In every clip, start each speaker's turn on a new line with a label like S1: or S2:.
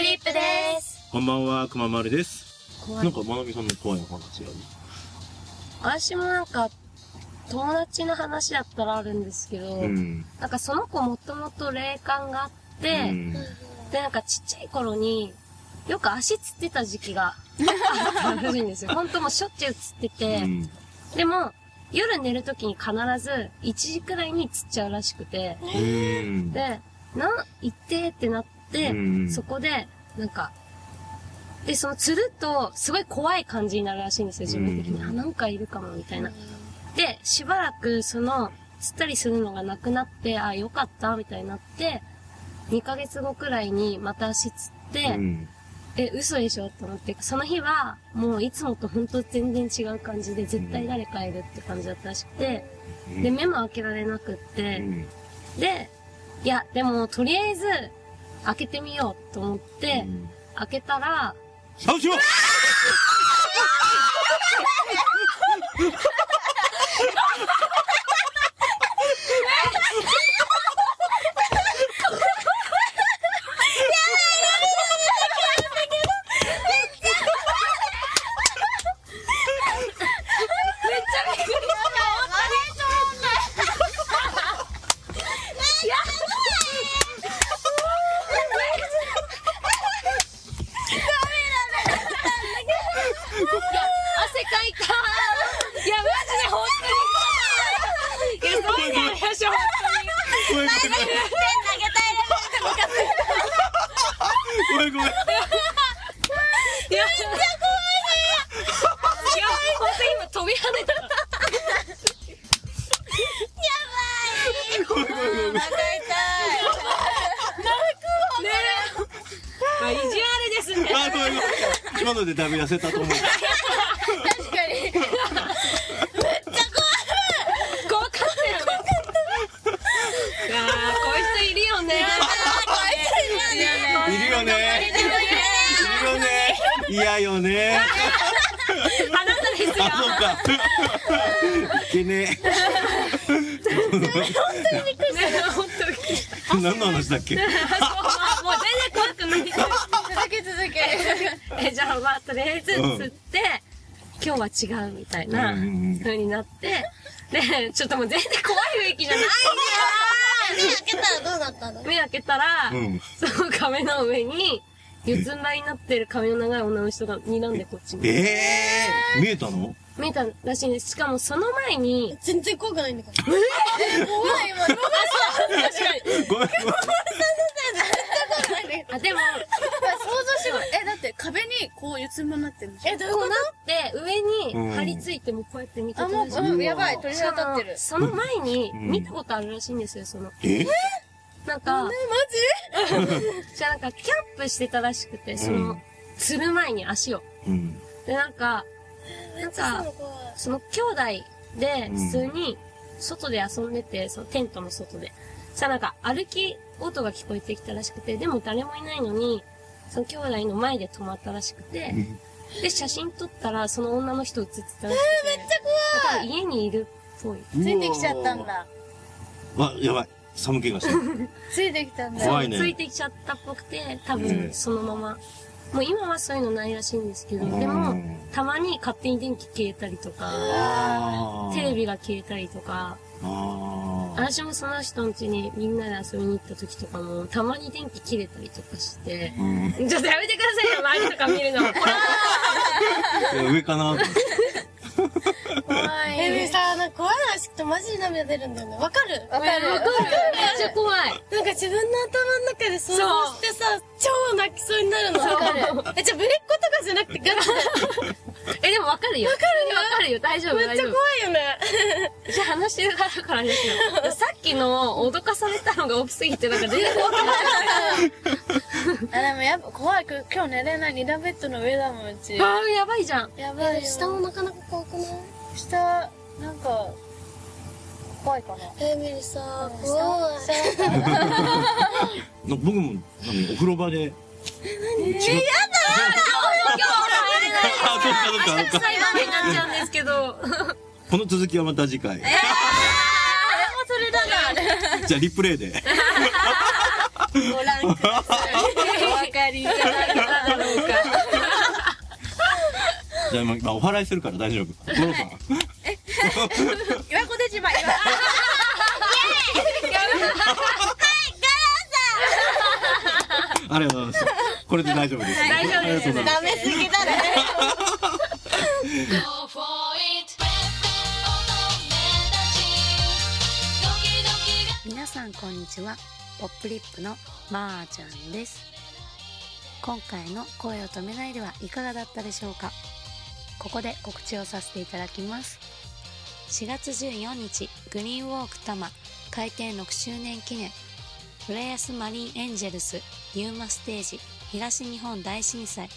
S1: リップです。
S2: こんばんは、くままるです。
S1: 怖
S2: なん
S1: い。
S2: か、まなみさんの怖いお話ある
S1: 私もなんか、友達の話だったらあるんですけど、
S2: ん。
S1: なんかその子もともと霊感があって、
S2: うん
S1: で、なんかちっちゃい頃に、よく足つってた時期があったらしいん ですよ。ほんともうしょっちゅうつってて、
S2: うん
S1: でも、夜寝るときに必ず1時くらいにつっちゃうらしくて、
S2: うん。
S1: で、な、行ってってなって、
S2: うん
S1: そこで、なんか、で、その釣ると、すごい怖い感じになるらしいんですよ、自分的に。
S2: うん
S1: あ、なんかいるかも、みたいな。で、しばらく、その、釣ったりするのがなくなって、あ、よかった、みたいになって、2ヶ月後くらいにまた足釣って、
S2: うん。
S1: え、嘘でしょと思って、その日は、もういつもと本当全然違う感じで、絶対誰かいるって感じだったらしくて、
S2: うん
S1: で、目も開けられなくって、
S2: うん
S1: で、いや、でも、とりあえず、開けてみようと思って、
S2: うん
S1: 開けたら、
S2: あ、後ろ
S1: 汗かいたいや、マジで本当に。いや、そうだよ、よし、本
S2: ごめんごめん。ごめんごめん。
S1: 当に。いや、めっちゃ怖いね。いや、本当に今飛び跳ねた。
S2: ごめんごめんごめん。
S1: ねえ。まあ、意地悪ですね。
S2: あ、ごめんごめん。今のでだいぶ痩せたと思う。
S1: 怖かったよね。いやー、こういう人いるよね。
S2: いるよね。いるよね。嫌よ ね。
S1: あなたですよ
S2: あ、。そうか。いけね
S1: 本当に。
S2: え。何の話だっけ
S1: もう全然怖く ない。え、じゃあまあ、とりあえず
S2: うん
S1: 釣って、今日は違うみたいな
S2: うんうんうん
S1: 風になって、で、ちょっともう全然怖い雰囲気じゃないんだよ目開けたら、
S2: うん。
S1: その亀の上に、四つん這いになってる髪の長い女の人が睨んでこっち
S2: え
S1: に。
S2: えー、見えたの
S1: 見えたらしいんです。しかもその前に、
S3: 全然怖くないんだから。怖い、今。怖
S1: 確かに。
S2: ごめんごめん。
S3: くないんだけど。
S1: あ、でも、
S3: 想像してごらんえ、だって壁にこう四つん這いになってるんでしょえ、どういう
S1: こ
S3: こ
S1: うなって、上
S2: うん
S1: に張り付いてもうこうやって見て
S3: と
S1: たらしい。
S2: うやばい
S3: 鳥
S1: しかもその前に
S2: うん
S1: 見たことあるらしいんですよ、その。
S2: え
S1: なんか、
S3: え、
S1: じゃあなんかキャンプしてたらしくて、そうの
S2: ん、
S1: 釣る前に足を。
S2: うん。
S1: で、なんか、なんか
S3: マジ、怖い
S1: その兄弟で普通に外で遊んでて、そのテントの外で。さ、なんか歩き音が聞こえてきたらしくて、でも誰もいないのに、その兄弟の前で止まったらしくて、で、写真撮ったら、その女の人映ってたらしくて。めっちゃ怖い家にいるっぽい。
S3: ついてきちゃったん。だ。
S2: わ、やばい。寒気がした。
S3: ついてきたんだ。
S2: 怖いね
S1: そうついてきちゃったっぽくて、多
S2: ねえ
S1: 分そのまま。もう今はそういうのないらしいんですけど、で
S2: う
S1: も
S2: ん、
S1: たまに勝手に電気消えたりとか、
S2: あー
S1: テレビが消えたりとか、
S2: あー
S1: 私もその人の家にみんなで遊びに行った時とかも、たまに電気切れたりとかして、
S2: うん
S1: ちょっとやめてくださいよ、周りとか見る の。これ
S2: え上かな
S3: 怖い。え、さ、なんか怖い話聞くとマジで涙出るんだよね。わかるわかる。
S1: わかるめっちゃ怖い。
S3: なんか自分の頭の中で想像してさ、超泣きそうになるの。わかる。え、じゃあぶりっ子とかじゃなくてガチで。
S1: え、でもわかるよ。わかるよ。わかるよ。大丈夫、
S3: めっ
S1: 大
S3: ちゃ
S1: 丈
S3: 怖
S1: 夫
S3: い。よね。
S1: じゃあ話しがあるからですよ。 さっきの脅かされたのが大きすぎて、なんか全然怖くない。
S3: あ、でもやっぱ怖い。今日寝れない。二段ベッドの上だもん、う ち。
S1: あーやばいじゃん。
S3: やばいよ。下もなかなか怖くない下、なんか、怖いかな。
S4: エミリさ
S3: うん
S4: ん、怖い。
S3: 下
S2: の僕も何お風呂場で。え、やだあ、そっかそっかそっか。
S1: 臭いまみになっちゃうんですけど。
S2: この続きはまた次回。
S3: それだな。
S2: じゃあリプレイで。
S3: ご覧ください。お分かり
S5: りじゃないかどうか。
S2: じゃあ、まあ、お祓いするから大丈夫。五郎さん。
S6: 岩子出島、岩子。
S2: ありがとうございます。これで大丈夫です。
S7: 大丈夫です
S2: ありがとうございます
S5: ダメすぎだね。
S3: Go for it ペッペ乙女たちドキドキが
S1: 皆さんこんにちはポップリップのまーちゃんです今回の「声を止めない」ではいかがだったでしょうかここで告知をさせていただきます4月14日グリーンウォーク多摩開店6周年記念浦安マリンエンジェルスユーマステージ東日本大震災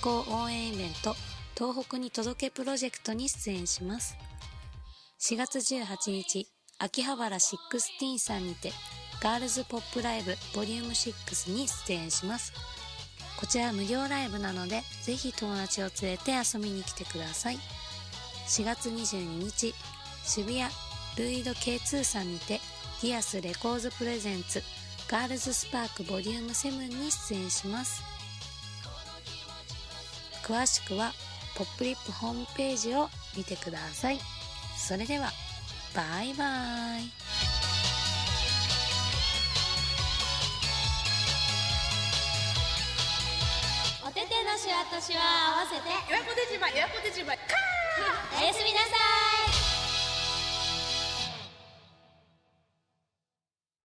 S1: 復興応援イベント東北に届けプロジェクトに出演します4月18日、秋葉原16さんにて、ガールズポップライブボリューム6に出演します。こちら無料ライブなので、ぜひ友達を連れて遊びに来てください。4月22日、渋谷ルイド K2 さんにて、ディアスレコーズプレゼンツガールズスパークボリューム7に出演します。詳しくは、ポップリップホームページを見てください。それではバイバイ
S3: おててのしわとしわを合わせて
S6: 岩子出島、岩子出島。
S3: おやすみなさい